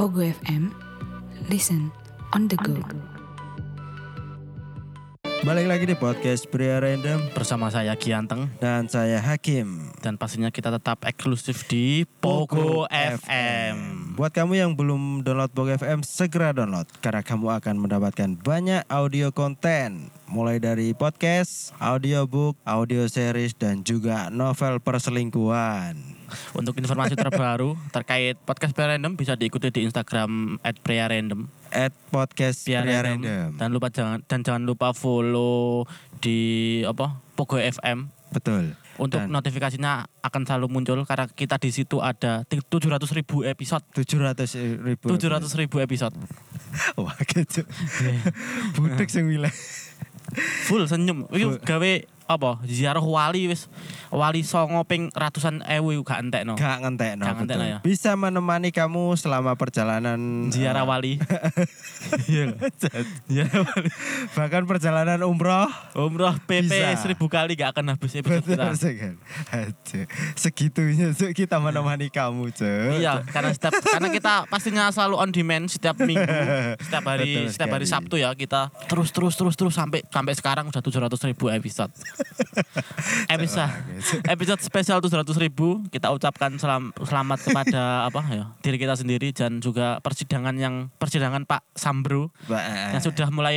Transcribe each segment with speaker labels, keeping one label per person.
Speaker 1: Ogo FM. Listen on the go.
Speaker 2: Balik lagi di podcast Pria Random
Speaker 3: bersama saya Gianteng
Speaker 2: dan saya Hakim.
Speaker 3: dan pastinya kita tetap eksklusif di Pogo FM.
Speaker 2: Buat kamu yang belum download Pogo FM, segera download karena kamu akan mendapatkan banyak audio konten mulai dari podcast, audiobook, audio series dan juga novel perselingkuhan.
Speaker 3: Untuk informasi terbaru terkait podcast Pria Random bisa diikuti di Instagram @priarandom.
Speaker 2: At podcast Pria, Random.
Speaker 3: Dan lupa jangan dan jangan lupa follow di apa Pogo FM.
Speaker 2: Betul.
Speaker 3: Untuk
Speaker 2: Dan-
Speaker 3: notifikasinya akan selalu muncul karena kita di situ ada 700 ribu episode.
Speaker 2: 700 ribu.
Speaker 3: 700 ribu episode.
Speaker 2: Wah gitu. Budek sing wilayah.
Speaker 3: Full senyum.
Speaker 2: Full.
Speaker 3: Itu gawe apa? Ziarah wali wis wali songo ping ratusan ewu iku gak entekno.
Speaker 2: Gak ngentekno,
Speaker 3: Oh. Gak ngentekno
Speaker 2: betul.
Speaker 3: ya.
Speaker 2: Bisa menemani kamu selama perjalanan eh,
Speaker 3: Ziarah wali. Iya. Ziarah wali.
Speaker 2: Bahkan perjalanan umroh
Speaker 3: Umroh PP
Speaker 2: Bisa.
Speaker 3: seribu kali gak ya, akan habis episode
Speaker 2: Betul
Speaker 3: kita.
Speaker 2: sekali. Aduh, Segitunya Cuk, kita menemani kamu Cuk.
Speaker 3: Iya, karena setiap karena kita pastinya selalu on demand setiap minggu, setiap hari,
Speaker 2: Betul
Speaker 3: setiap hari
Speaker 2: sekali.
Speaker 3: Sabtu ya kita terus terus terus terus sampai sampai sekarang udah 700 ribu episode. episode episode spesial 700 ribu kita ucapkan selam- selamat kepada apa ya diri kita sendiri dan juga persidangan yang persidangan Pak Sambro
Speaker 2: Ba- eh,
Speaker 3: yang sudah mulai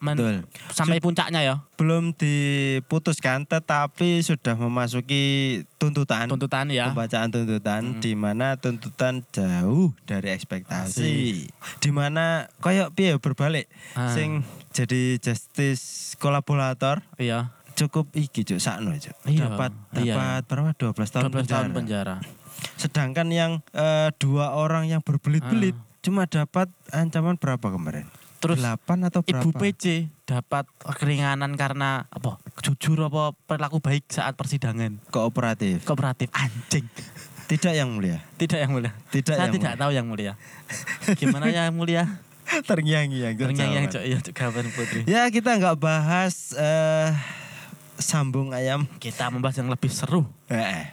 Speaker 3: men-
Speaker 2: Betul. Hmm.
Speaker 3: sampai puncaknya ya
Speaker 2: Belum diputuskan tetapi sudah memasuki tuntutan.
Speaker 3: tuntutan ya. Hmm.
Speaker 2: Pembacaan tuntutan di mana tuntutan jauh dari ekspektasi. Di mana koyok piye berbalik.
Speaker 3: Ah.
Speaker 2: Sing jadi justice kolaborator
Speaker 3: Iya.
Speaker 2: cukup iki Cuk sakno Cuk.
Speaker 3: Iya,
Speaker 2: Dapat
Speaker 3: iya.
Speaker 2: dapat berapa 12 tahun
Speaker 3: 12 tahun
Speaker 2: penjara.
Speaker 3: penjara.
Speaker 2: Sedangkan yang eh, dua orang yang berbelit-belit cuma dapat ancaman berapa kemarin?
Speaker 3: Ah. Terus
Speaker 2: 8 atau berapa?
Speaker 3: Ibu PC dapat keringanan karena apa? Jujur apa perilaku baik saat persidangan?
Speaker 2: kooperatif.
Speaker 3: Kooperatif anjing.
Speaker 2: Tidak yang mulia.
Speaker 3: Tidak yang mulia.
Speaker 2: Tidak
Speaker 3: Saya
Speaker 2: yang
Speaker 3: tidak tahu yang mulia. Gimana ya, yang mulia?
Speaker 2: Terngiang-ngiang. Cuk,
Speaker 3: Ternyata yang
Speaker 2: jawaban.
Speaker 3: cok ya Cok Gawan Putri.
Speaker 2: Ya kita nggak bahas eh, sambung ayam.
Speaker 3: Kita membahas yang lebih seru.
Speaker 2: Eh, eh,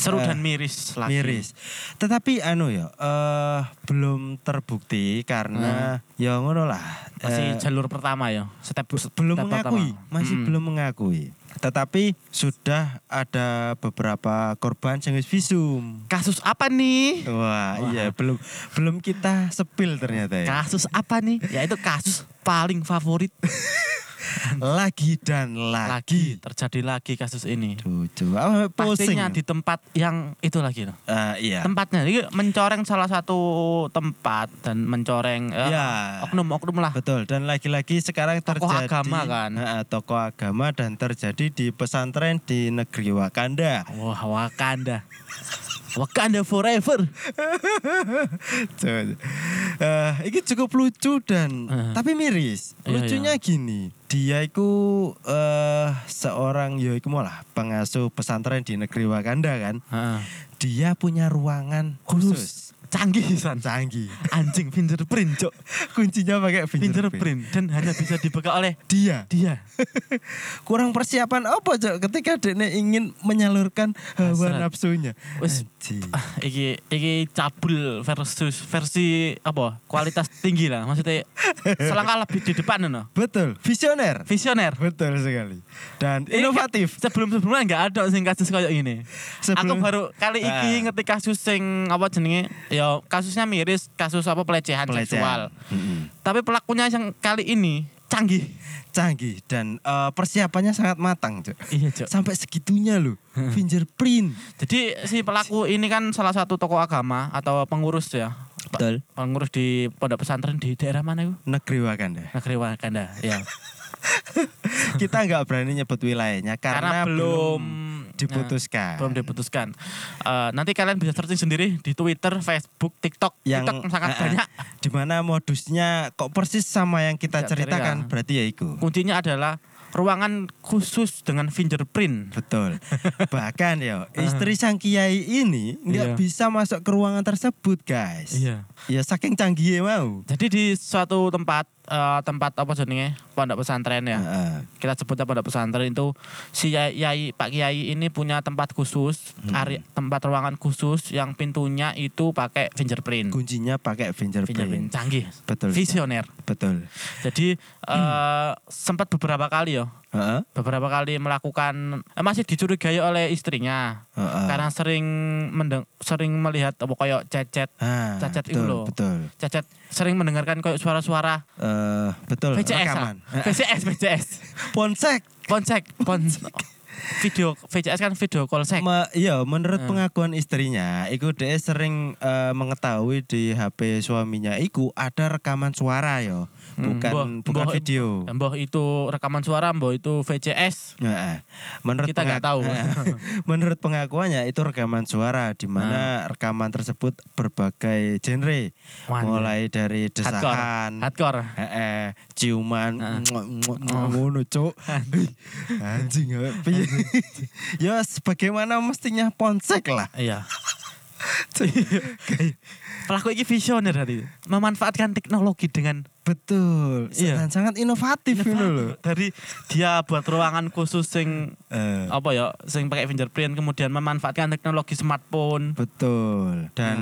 Speaker 3: Seru
Speaker 2: Eh,
Speaker 3: dan miris lagi.
Speaker 2: miris. Tetapi anu ya, eh, belum terbukti karena ya ngono lah.
Speaker 3: Ah. Masih
Speaker 2: Eh,
Speaker 3: jalur pertama ya. Step, step
Speaker 2: belum
Speaker 3: pertama.
Speaker 2: mengakui, masih
Speaker 3: Mm-mm.
Speaker 2: belum mengakui. Tetapi sudah ada beberapa korban yang wis visum.
Speaker 3: Kasus apa nih?
Speaker 2: Wah, iya belum belum kita sepil ternyata ya.
Speaker 3: Kasus apa nih? Ya itu kasus paling favorit
Speaker 2: Lagi dan lagi.
Speaker 3: lagi terjadi lagi kasus ini.
Speaker 2: Duh, coba ah, pusing.
Speaker 3: Pastinya di tempat yang itu lagi loh.
Speaker 2: Eh, iya.
Speaker 3: Tempatnya ini mencoreng salah satu tempat dan mencoreng eh,
Speaker 2: Ya.
Speaker 3: oknum-oknum lah.
Speaker 2: Betul dan lagi-lagi sekarang
Speaker 3: Tokoh
Speaker 2: terjadi
Speaker 3: agama kan?
Speaker 2: Heeh, tokoh agama dan terjadi di pesantren di negeri Wakanda.
Speaker 3: Wah, Wakanda. Wakanda forever.
Speaker 2: Coba. Eh, ini cukup lucu dan
Speaker 3: Eh.
Speaker 2: tapi miris.
Speaker 3: Iya,
Speaker 2: Lucunya gini, dia itu eh, seorang ya iku mau lah pengasuh pesantren di negeri Wakanda kan.
Speaker 3: Heeh.
Speaker 2: Dia punya ruangan khusus,
Speaker 3: Canggih san.
Speaker 2: canggih.
Speaker 3: Anjing fingerprint, Cok.
Speaker 2: Kuncinya pakai fingerprint.
Speaker 3: Fingerprint dan hanya bisa dibuka oleh iya.
Speaker 2: Dia
Speaker 3: dia.
Speaker 2: kurang persiapan apa cok ketika Dene ingin menyalurkan hawa
Speaker 3: Hasrat.
Speaker 2: nafsunya.
Speaker 3: Wes.
Speaker 2: Anjing.
Speaker 3: Ah, Iki iki cabul versus versi apa? Kualitas tinggi lah. Maksudnya selangkah lebih di depan no.
Speaker 2: Betul, visioner.
Speaker 3: Visioner.
Speaker 2: Betul sekali. Dan inovatif.
Speaker 3: Sebelum sebelumnya Iya, nggak ada sing kasus kayak ini. Aku
Speaker 2: Sebelum-
Speaker 3: baru kali iki
Speaker 2: Ah.
Speaker 3: ngerti kasus sing apa jenenge? Ya kasusnya miris, kasus apa pelecehan, seksual.
Speaker 2: Pelecehan. Mm-mm.
Speaker 3: Tapi pelakunya yang kali ini canggih.
Speaker 2: canggih dan eh, persiapannya sangat matang Cok.
Speaker 3: Iya, Cok.
Speaker 2: sampai segitunya loh fingerprint
Speaker 3: Jadi si pelaku ini kan salah satu tokoh agama atau pengurus ya. Pe-
Speaker 2: Betul.
Speaker 3: Pengurus di pondok pesantren di daerah mana itu?
Speaker 2: negeri Wakanda
Speaker 3: Negeri Wakanda, ya.
Speaker 2: kita nggak berani nyebut wilayahnya karena,
Speaker 3: Karena, belum Nah,
Speaker 2: diputuskan
Speaker 3: belum diputuskan. Eh, nanti kalian bisa searching sendiri di Twitter, Facebook, TikTok.
Speaker 2: yang
Speaker 3: TikTok
Speaker 2: eh,
Speaker 3: sangat
Speaker 2: eh,
Speaker 3: banyak.
Speaker 2: di mana modusnya kok persis sama yang kita
Speaker 3: Tidak
Speaker 2: ceritakan
Speaker 3: cerita.
Speaker 2: berarti ya itu
Speaker 3: Kuncinya adalah ruangan khusus dengan fingerprint.
Speaker 2: betul bahkan ya istri sang kiai ini nggak
Speaker 3: Iya.
Speaker 2: bisa masuk ke ruangan tersebut guys
Speaker 3: Iya.
Speaker 2: ya saking canggihnya mau
Speaker 3: Jadi di suatu tempat eh, tempat apa jenenge pondok pesantren ya.
Speaker 2: Heeh.
Speaker 3: Kita sebutnya pondok pesantren itu si yai, Yai- Pak Kiai ini punya tempat khusus, area- tempat ruangan khusus yang pintunya itu pakai fingerprint.
Speaker 2: kuncinya pakai
Speaker 3: Fingerprint
Speaker 2: fingerprint.
Speaker 3: canggih.
Speaker 2: Betul.
Speaker 3: Visioner.
Speaker 2: Betul.
Speaker 3: Jadi eh, sempat beberapa kali ya,
Speaker 2: Heeh.
Speaker 3: beberapa kali melakukan eh, masih dicurigai oleh istrinya
Speaker 2: Heeh.
Speaker 3: karena sering mendeng sering melihat apa koyok cecet
Speaker 2: Ah,
Speaker 3: cacat itu
Speaker 2: betul,
Speaker 3: loh.
Speaker 2: Betul.
Speaker 3: cecet sering mendengarkan koyok suara-suara
Speaker 2: Eh, betul.
Speaker 3: VCS
Speaker 2: Rekaman.
Speaker 3: ah. VCS VCS
Speaker 2: Ponsek.
Speaker 3: ponsek pon video VCS kan video call sek
Speaker 2: Me- iya, menurut
Speaker 3: Eh.
Speaker 2: pengakuan istrinya, iku dia sering eh, mengetahui di HP suaminya iku ada rekaman suara yo,
Speaker 3: Hmm,
Speaker 2: bukan
Speaker 3: boh-
Speaker 2: bukan
Speaker 3: boh-
Speaker 2: video.
Speaker 3: mbah itu rekaman suara mbah itu VCS
Speaker 2: Heeh. menurut
Speaker 3: Kita nggak
Speaker 2: pengak-
Speaker 3: tahu.
Speaker 2: menurut pengakuannya itu rekaman suara di mana
Speaker 3: Nah.
Speaker 2: rekaman tersebut berbagai genre,
Speaker 3: Wah,
Speaker 2: mulai dari desakan,
Speaker 3: hardcore
Speaker 2: Heeh, ciuman
Speaker 3: Heeh.
Speaker 2: muak, muak, muak, ngono cuk. Anjing eh, piye? Ya sebagaimana mestinya ponsek lah.
Speaker 3: iya pelaku ini visioner tadi memanfaatkan teknologi dengan
Speaker 2: Betul.
Speaker 3: Iya.
Speaker 2: Sangat sangat inovatif ini loh.
Speaker 3: dari dia buat ruangan khusus sing
Speaker 2: Eh,
Speaker 3: apa ya sing pakai fingerprint kemudian memanfaatkan teknologi smartphone
Speaker 2: betul. Dan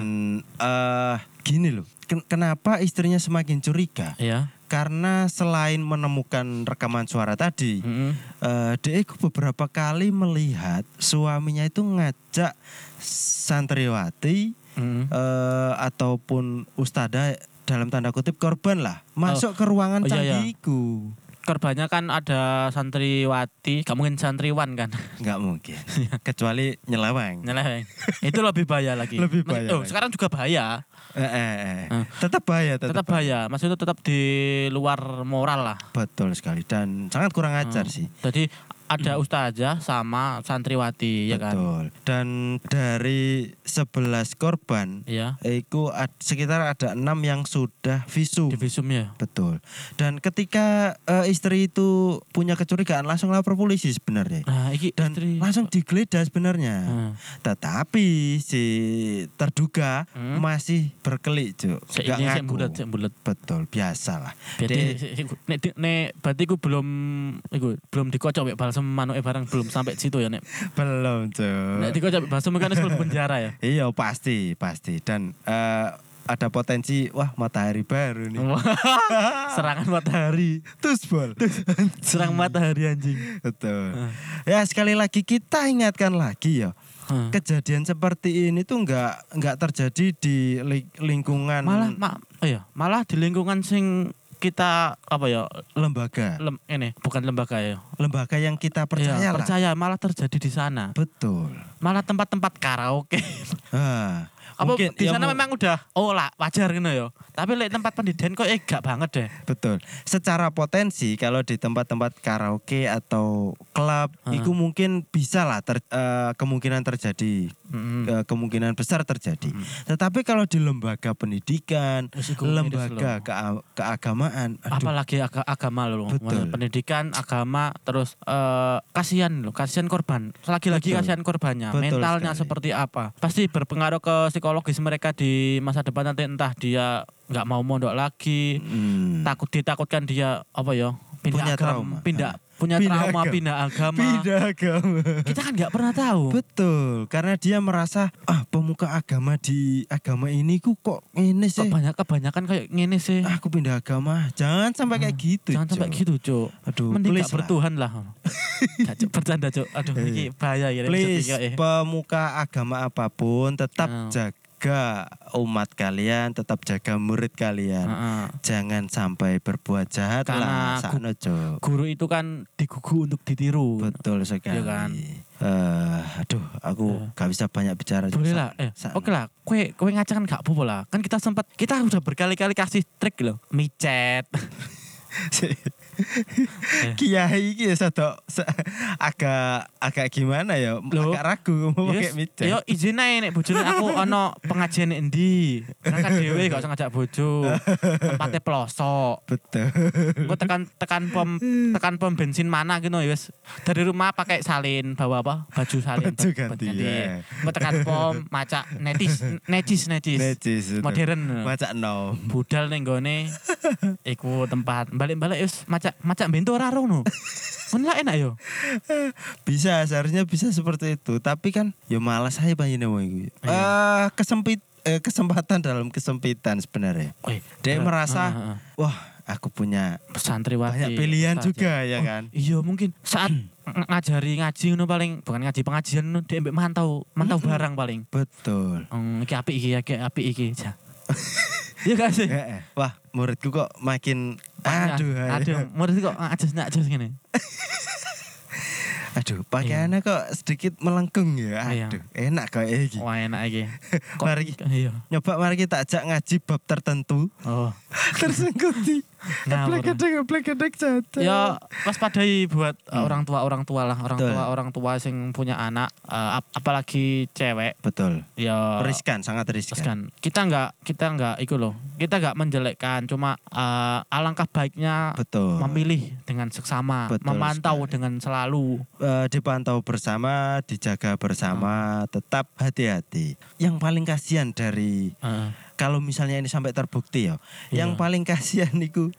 Speaker 2: eh gini loh. Ken- Kenapa istrinya semakin curiga?
Speaker 3: ya
Speaker 2: Karena selain menemukan rekaman suara tadi, eh dia itu beberapa kali melihat suaminya itu ngajak santriwati eh, ataupun ustada dalam tanda kutip korban lah masuk ke ruangan
Speaker 3: Oh, iya, iya.
Speaker 2: canggihku
Speaker 3: korbannya kan ada santriwati gak mungkin santriwan kan
Speaker 2: nggak mungkin kecuali nyeleweng
Speaker 3: Nyeleweng. itu lebih bahaya lagi
Speaker 2: Lebih
Speaker 3: Maksud-
Speaker 2: bahaya
Speaker 3: oh,
Speaker 2: lagi.
Speaker 3: sekarang juga bahaya
Speaker 2: eh, eh, eh.
Speaker 3: Eh.
Speaker 2: tetap bahaya tetap,
Speaker 3: tetap bahaya maksudnya tetap di luar moral lah
Speaker 2: betul sekali dan sangat kurang
Speaker 3: Oh.
Speaker 2: ajar sih
Speaker 3: jadi ada ustazah sama santriwati ya
Speaker 2: Hmm.
Speaker 3: kan
Speaker 2: betul dan dari 11 korban
Speaker 3: ya
Speaker 2: itu ad- sekitar ada enam yang sudah visum
Speaker 3: divisum ya
Speaker 2: betul dan ketika eh, istri itu punya kecurigaan langsung lapor polisi sebenarnya
Speaker 3: nah iki
Speaker 2: dan
Speaker 3: istri-
Speaker 2: langsung digeledah sebenarnya.
Speaker 3: Hmm.
Speaker 2: Tetapi si terduga
Speaker 3: Hmm.
Speaker 2: masih berkelit, Cuk.
Speaker 3: Sik
Speaker 2: Nggak
Speaker 3: ini sik
Speaker 2: ngaku.
Speaker 3: bulat sik bulat
Speaker 2: Betul, biasalah.
Speaker 3: Berarti
Speaker 2: Dek-
Speaker 3: nek di- nek berarti ku belum iku belum dikocok mek balsem manuke barang belum sampai situ ya nek.
Speaker 2: Belum,
Speaker 3: Nek
Speaker 2: Cuk.
Speaker 3: dikocok mek balsem kan wis mlebu penjara ya.
Speaker 2: Iya, pasti, pasti. Dan eh, ada potensi wah matahari baru nih.
Speaker 3: Serangan matahari.
Speaker 2: Tusbol.
Speaker 3: Serang
Speaker 2: Hmm.
Speaker 3: matahari anjing. Hmm.
Speaker 2: Betul. Ya sekali lagi kita ingatkan lagi ya.
Speaker 3: Hah.
Speaker 2: Kejadian seperti ini tuh nggak nggak terjadi di li- lingkungan
Speaker 3: Malah ma, oh ya, malah di lingkungan sing kita apa ya
Speaker 2: lembaga.
Speaker 3: lem, ini bukan lembaga ya.
Speaker 2: lembaga yang kita percaya
Speaker 3: Iya,
Speaker 2: lah.
Speaker 3: percaya malah terjadi di sana.
Speaker 2: Betul.
Speaker 3: Malah tempat-tempat karaoke.
Speaker 2: Ah,
Speaker 3: apa
Speaker 2: mungkin
Speaker 3: di
Speaker 2: ya
Speaker 3: sana
Speaker 2: mu-
Speaker 3: memang udah oh lah wajar gitu ya. Tapi lek tempat pendidikan kok eh gak banget deh.
Speaker 2: betul. Secara potensi kalau di tempat-tempat karaoke atau klub
Speaker 3: Ah.
Speaker 2: itu mungkin bisa lah ter- eh, kemungkinan terjadi
Speaker 3: Mm-mm.
Speaker 2: eh, kemungkinan besar terjadi. Tetapi kalau di lembaga pendidikan,
Speaker 3: Hmm. Wis iku miris
Speaker 2: lembaga
Speaker 3: loh.
Speaker 2: kea- keagamaan, aduh,
Speaker 3: apalagi aga- agama loh
Speaker 2: Betul.
Speaker 3: pendidikan agama terus eh, kasihan loh kasihan korban lagi-lagi
Speaker 2: Betul.
Speaker 3: kasihan korbannya
Speaker 2: Betul
Speaker 3: mentalnya
Speaker 2: sekali.
Speaker 3: seperti apa pasti berpengaruh ke psikologis mereka di masa depan nanti entah dia nggak mau mondok lagi
Speaker 2: hmm,
Speaker 3: takut ditakutkan dia apa ya pindah
Speaker 2: Punya
Speaker 3: agama,
Speaker 2: trauma. Ah.
Speaker 3: pindah punya
Speaker 2: Pindah
Speaker 3: trauma
Speaker 2: agama.
Speaker 3: pindah agama
Speaker 2: pindah agama.
Speaker 3: kita kan nggak pernah tahu
Speaker 2: Betul, karena dia merasa ah pemuka agama di agama ini ku kok ini sih.
Speaker 3: kebanyakan kebanyakan kayak gini sih
Speaker 2: Ah, aku pindah agama. Jangan sampai kayak gitu.
Speaker 3: jangan sampai
Speaker 2: Cok.
Speaker 3: gitu cok
Speaker 2: Aduh,
Speaker 3: mending
Speaker 2: please
Speaker 3: gak
Speaker 2: lah.
Speaker 3: bertuhan lah Gak, Cuk. bercanda cok aduh
Speaker 2: Iya.
Speaker 3: ini bahaya ya
Speaker 2: Please,
Speaker 3: Cuk, iya, iya.
Speaker 2: pemuka agama apapun tetap
Speaker 3: Hmm.
Speaker 2: jaga umat kalian, tetap jaga murid kalian.
Speaker 3: Heeh.
Speaker 2: Jangan sampai berbuat jahat
Speaker 3: Nah. Karena
Speaker 2: lah, sakno, Cok.
Speaker 3: guru itu kan digugu untuk ditiru.
Speaker 2: Betul sekali.
Speaker 3: Iya kan? Eh.
Speaker 2: Eh, aduh, aku gak bisa banyak bicara. Cok.
Speaker 3: Boleh lah, eh,
Speaker 2: Sa-
Speaker 3: oke lah, kue kue ngacak kan gak apa-apa lah. Kan kita sempat kita udah berkali-kali kasih trik loh, micet,
Speaker 2: sa- Eh.
Speaker 3: Eh.
Speaker 2: Kiai iki ya sedok se- agak agak gimana ya?
Speaker 3: Loh.
Speaker 2: Agak ragu mau pakai mic.
Speaker 3: Yo izin ae nek bojone aku ono pengajian nek endi. Berangkat dhewe gak usah ngajak bojo. Tempatnya pelosok.
Speaker 2: Betul.
Speaker 3: Gue tekan tekan pom tekan pom bensin mana gitu ya wes. Dari rumah pakai salin bawa apa? Baju salin.
Speaker 2: Baju ganti, ya.
Speaker 3: Gue tekan pom maca netis netis netis.
Speaker 2: Necis. betul.
Speaker 3: Modern.
Speaker 2: Macak nom.
Speaker 3: budal ning gone iku tempat balik-balik wis macak macak bento ora rung no. Ngono lah enak yo.
Speaker 2: Bisa seharusnya bisa seperti itu, tapi kan ya malas aja panjenengan wong iku.
Speaker 3: Iya.
Speaker 2: Eh, kesempit eh, kesempatan dalam kesempitan sebenarnya.
Speaker 3: Eh,
Speaker 2: Dia
Speaker 3: berat.
Speaker 2: merasa,
Speaker 3: Ah, ah,
Speaker 2: wah aku punya
Speaker 3: ah. santriwati.
Speaker 2: banyak pilihan
Speaker 3: Ustaz,
Speaker 2: juga ya
Speaker 3: Oh,
Speaker 2: kan.
Speaker 3: Iya mungkin saat ng- ngajari ngaji ngono paling bukan ngaji pengajian ngono dia mbek mantau, mantau barang paling.
Speaker 2: Betul.
Speaker 3: Hmm, iki apik iki, iki apik iki. Ja. Iya gak sih?
Speaker 2: Eh, eh. Wah, muridku kok makin aduh. hai.
Speaker 3: aduh, murid kok ajas nak ajas ngene.
Speaker 2: Aduh, pakaiannya kok sedikit melengkung ya.
Speaker 3: Iya. Oh.
Speaker 2: Aduh, enak kayak iki.
Speaker 3: Wah enak iki.
Speaker 2: Mari.
Speaker 3: Iya.
Speaker 2: Nyoba mari kita ajak ngaji bab tertentu.
Speaker 3: Oh.
Speaker 2: Terus ngikuti.
Speaker 3: Ngawur.
Speaker 2: Eplek-eplek jatuh.
Speaker 3: ya waspadai buat uh, orang tua orang tua lah orang
Speaker 2: Hmm. Betul.
Speaker 3: tua orang tua sing punya anak uh, ap- apalagi cewek
Speaker 2: Betul.
Speaker 3: ya
Speaker 2: Riskan, sangat riskan.
Speaker 3: riskan. kita nggak kita nggak itu loh kita nggak menjelekkan cuma uh, alangkah baiknya
Speaker 2: Betul.
Speaker 3: memilih dengan seksama
Speaker 2: Betul
Speaker 3: memantau
Speaker 2: sekali.
Speaker 3: dengan selalu
Speaker 2: Eh, dipantau bersama, dijaga bersama,
Speaker 3: Ah.
Speaker 2: tetap hati-hati. Yang paling kasihan dari
Speaker 3: Heeh.
Speaker 2: kalau misalnya ini sampai terbukti ya,
Speaker 3: Iya.
Speaker 2: yang paling kasihan niku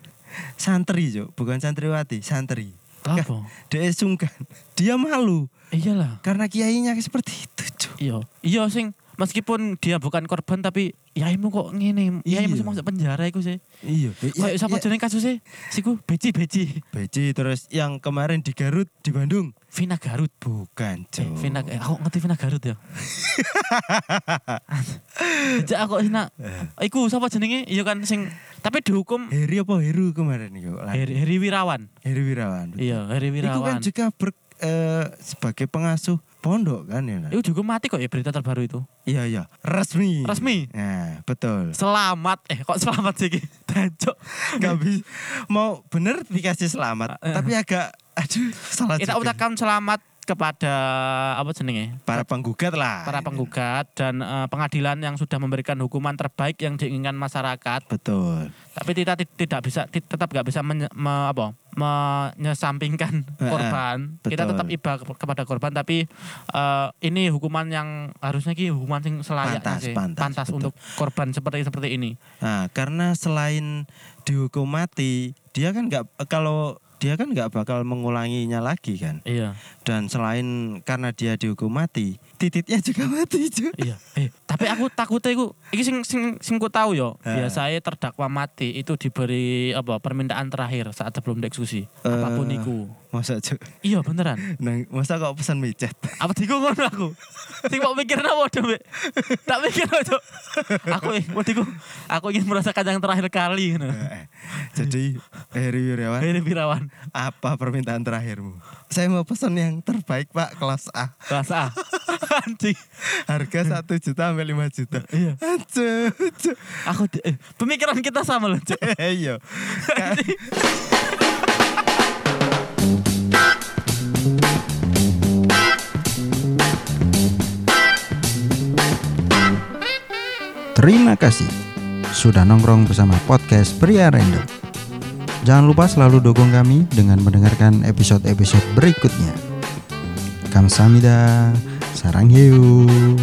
Speaker 2: santri jo, bukan santriwati, santri.
Speaker 3: Kenapa?
Speaker 2: Dia sungkan, dia malu
Speaker 3: iyalah
Speaker 2: karena kiainya seperti itu jo.
Speaker 3: iya iya sing meskipun dia bukan korban tapi yaimu kok ngene yaimu
Speaker 2: Iya.
Speaker 3: sing masuk penjara iku sih
Speaker 2: Iya,
Speaker 3: ya, siapa jeneng kasusnya siku beci beci
Speaker 2: Beci terus yang kemarin di Garut, di Bandung,
Speaker 3: Vina Garut
Speaker 2: bukan
Speaker 3: Eh,
Speaker 2: jo.
Speaker 3: Vina, eh, aku ngerti Vina Garut ya. Jadi aku Vina,
Speaker 2: Eh.
Speaker 3: iku siapa jenenge? Iya kan sing tapi dihukum
Speaker 2: Heri apa Heru kemarin niku? Lah,
Speaker 3: Heri, Heri Wirawan.
Speaker 2: Heri Wirawan.
Speaker 3: Iya, Heri
Speaker 2: Itu Nah. kan
Speaker 3: Wirawan. Iku,
Speaker 2: juga ber, eh, sebagai pengasuh pondok kan ya. Nak?
Speaker 3: juga mati kok ya berita terbaru itu.
Speaker 2: Iya iya, resmi.
Speaker 3: Resmi?
Speaker 2: Nah, betul.
Speaker 3: Selamat, eh kok selamat sih Ki? Dancuk.
Speaker 2: Gak bisa mau bener dikasih selamat,
Speaker 3: Eh, eh.
Speaker 2: tapi agak aduh salah
Speaker 3: Kita
Speaker 2: juga.
Speaker 3: ucapkan selamat kepada apa jenenge?
Speaker 2: Para penggugat lah.
Speaker 3: Para
Speaker 2: Ini.
Speaker 3: penggugat dan eh, pengadilan yang sudah memberikan hukuman terbaik yang diinginkan masyarakat.
Speaker 2: Betul.
Speaker 3: tapi kita ti- tidak bisa ti- tetap nggak bisa menye- me- apa menyesampingkan
Speaker 2: Eh,
Speaker 3: korban kita
Speaker 2: betul.
Speaker 3: tetap iba ke- kepada korban tapi eh, ini hukuman yang harusnya ki hukuman sing selayaknya
Speaker 2: Pantas,
Speaker 3: sih
Speaker 2: pantas, betul.
Speaker 3: untuk korban seperti seperti ini
Speaker 2: Nah, karena selain dihukum mati, dia kan nggak kalau dia kan nggak bakal mengulanginya lagi kan.
Speaker 3: iya
Speaker 2: Dan selain karena dia dihukum mati, tititnya juga mati juga.
Speaker 3: iya eh, tapi aku takutnya aku ini sing sing sing ku tahu yo
Speaker 2: Eh.
Speaker 3: biasanya terdakwa mati itu diberi apa permintaan terakhir saat sebelum dieksekusi
Speaker 2: Eh.
Speaker 3: apapun itu
Speaker 2: Masa Cuk?
Speaker 3: iya beneran
Speaker 2: Nang, masa kok pesan micet?
Speaker 3: apa diku ngono aku sing mau mikir apa dong Mbak? tak mikir apa Cuk. aku eh mau diku aku ingin merasakan yang terakhir kali ngono
Speaker 2: Eh, eh. Jadi Heri Wirawan,
Speaker 3: Heri Wirawan
Speaker 2: apa permintaan terakhirmu? Saya mau pesan yang terbaik Pak kelas A.
Speaker 3: rasa anjing
Speaker 2: Harga 1 juta sampai 5 juta.
Speaker 3: Iya.
Speaker 2: Aduh, aduh.
Speaker 3: aku di- eh, pemikiran kita sama loh Cuk.
Speaker 2: Eh, Iya. Terima kasih sudah nongkrong bersama podcast Pria Random. Jangan lupa selalu dukung kami dengan mendengarkan episode-episode berikutnya. Kamsahamnida, sarang hiu.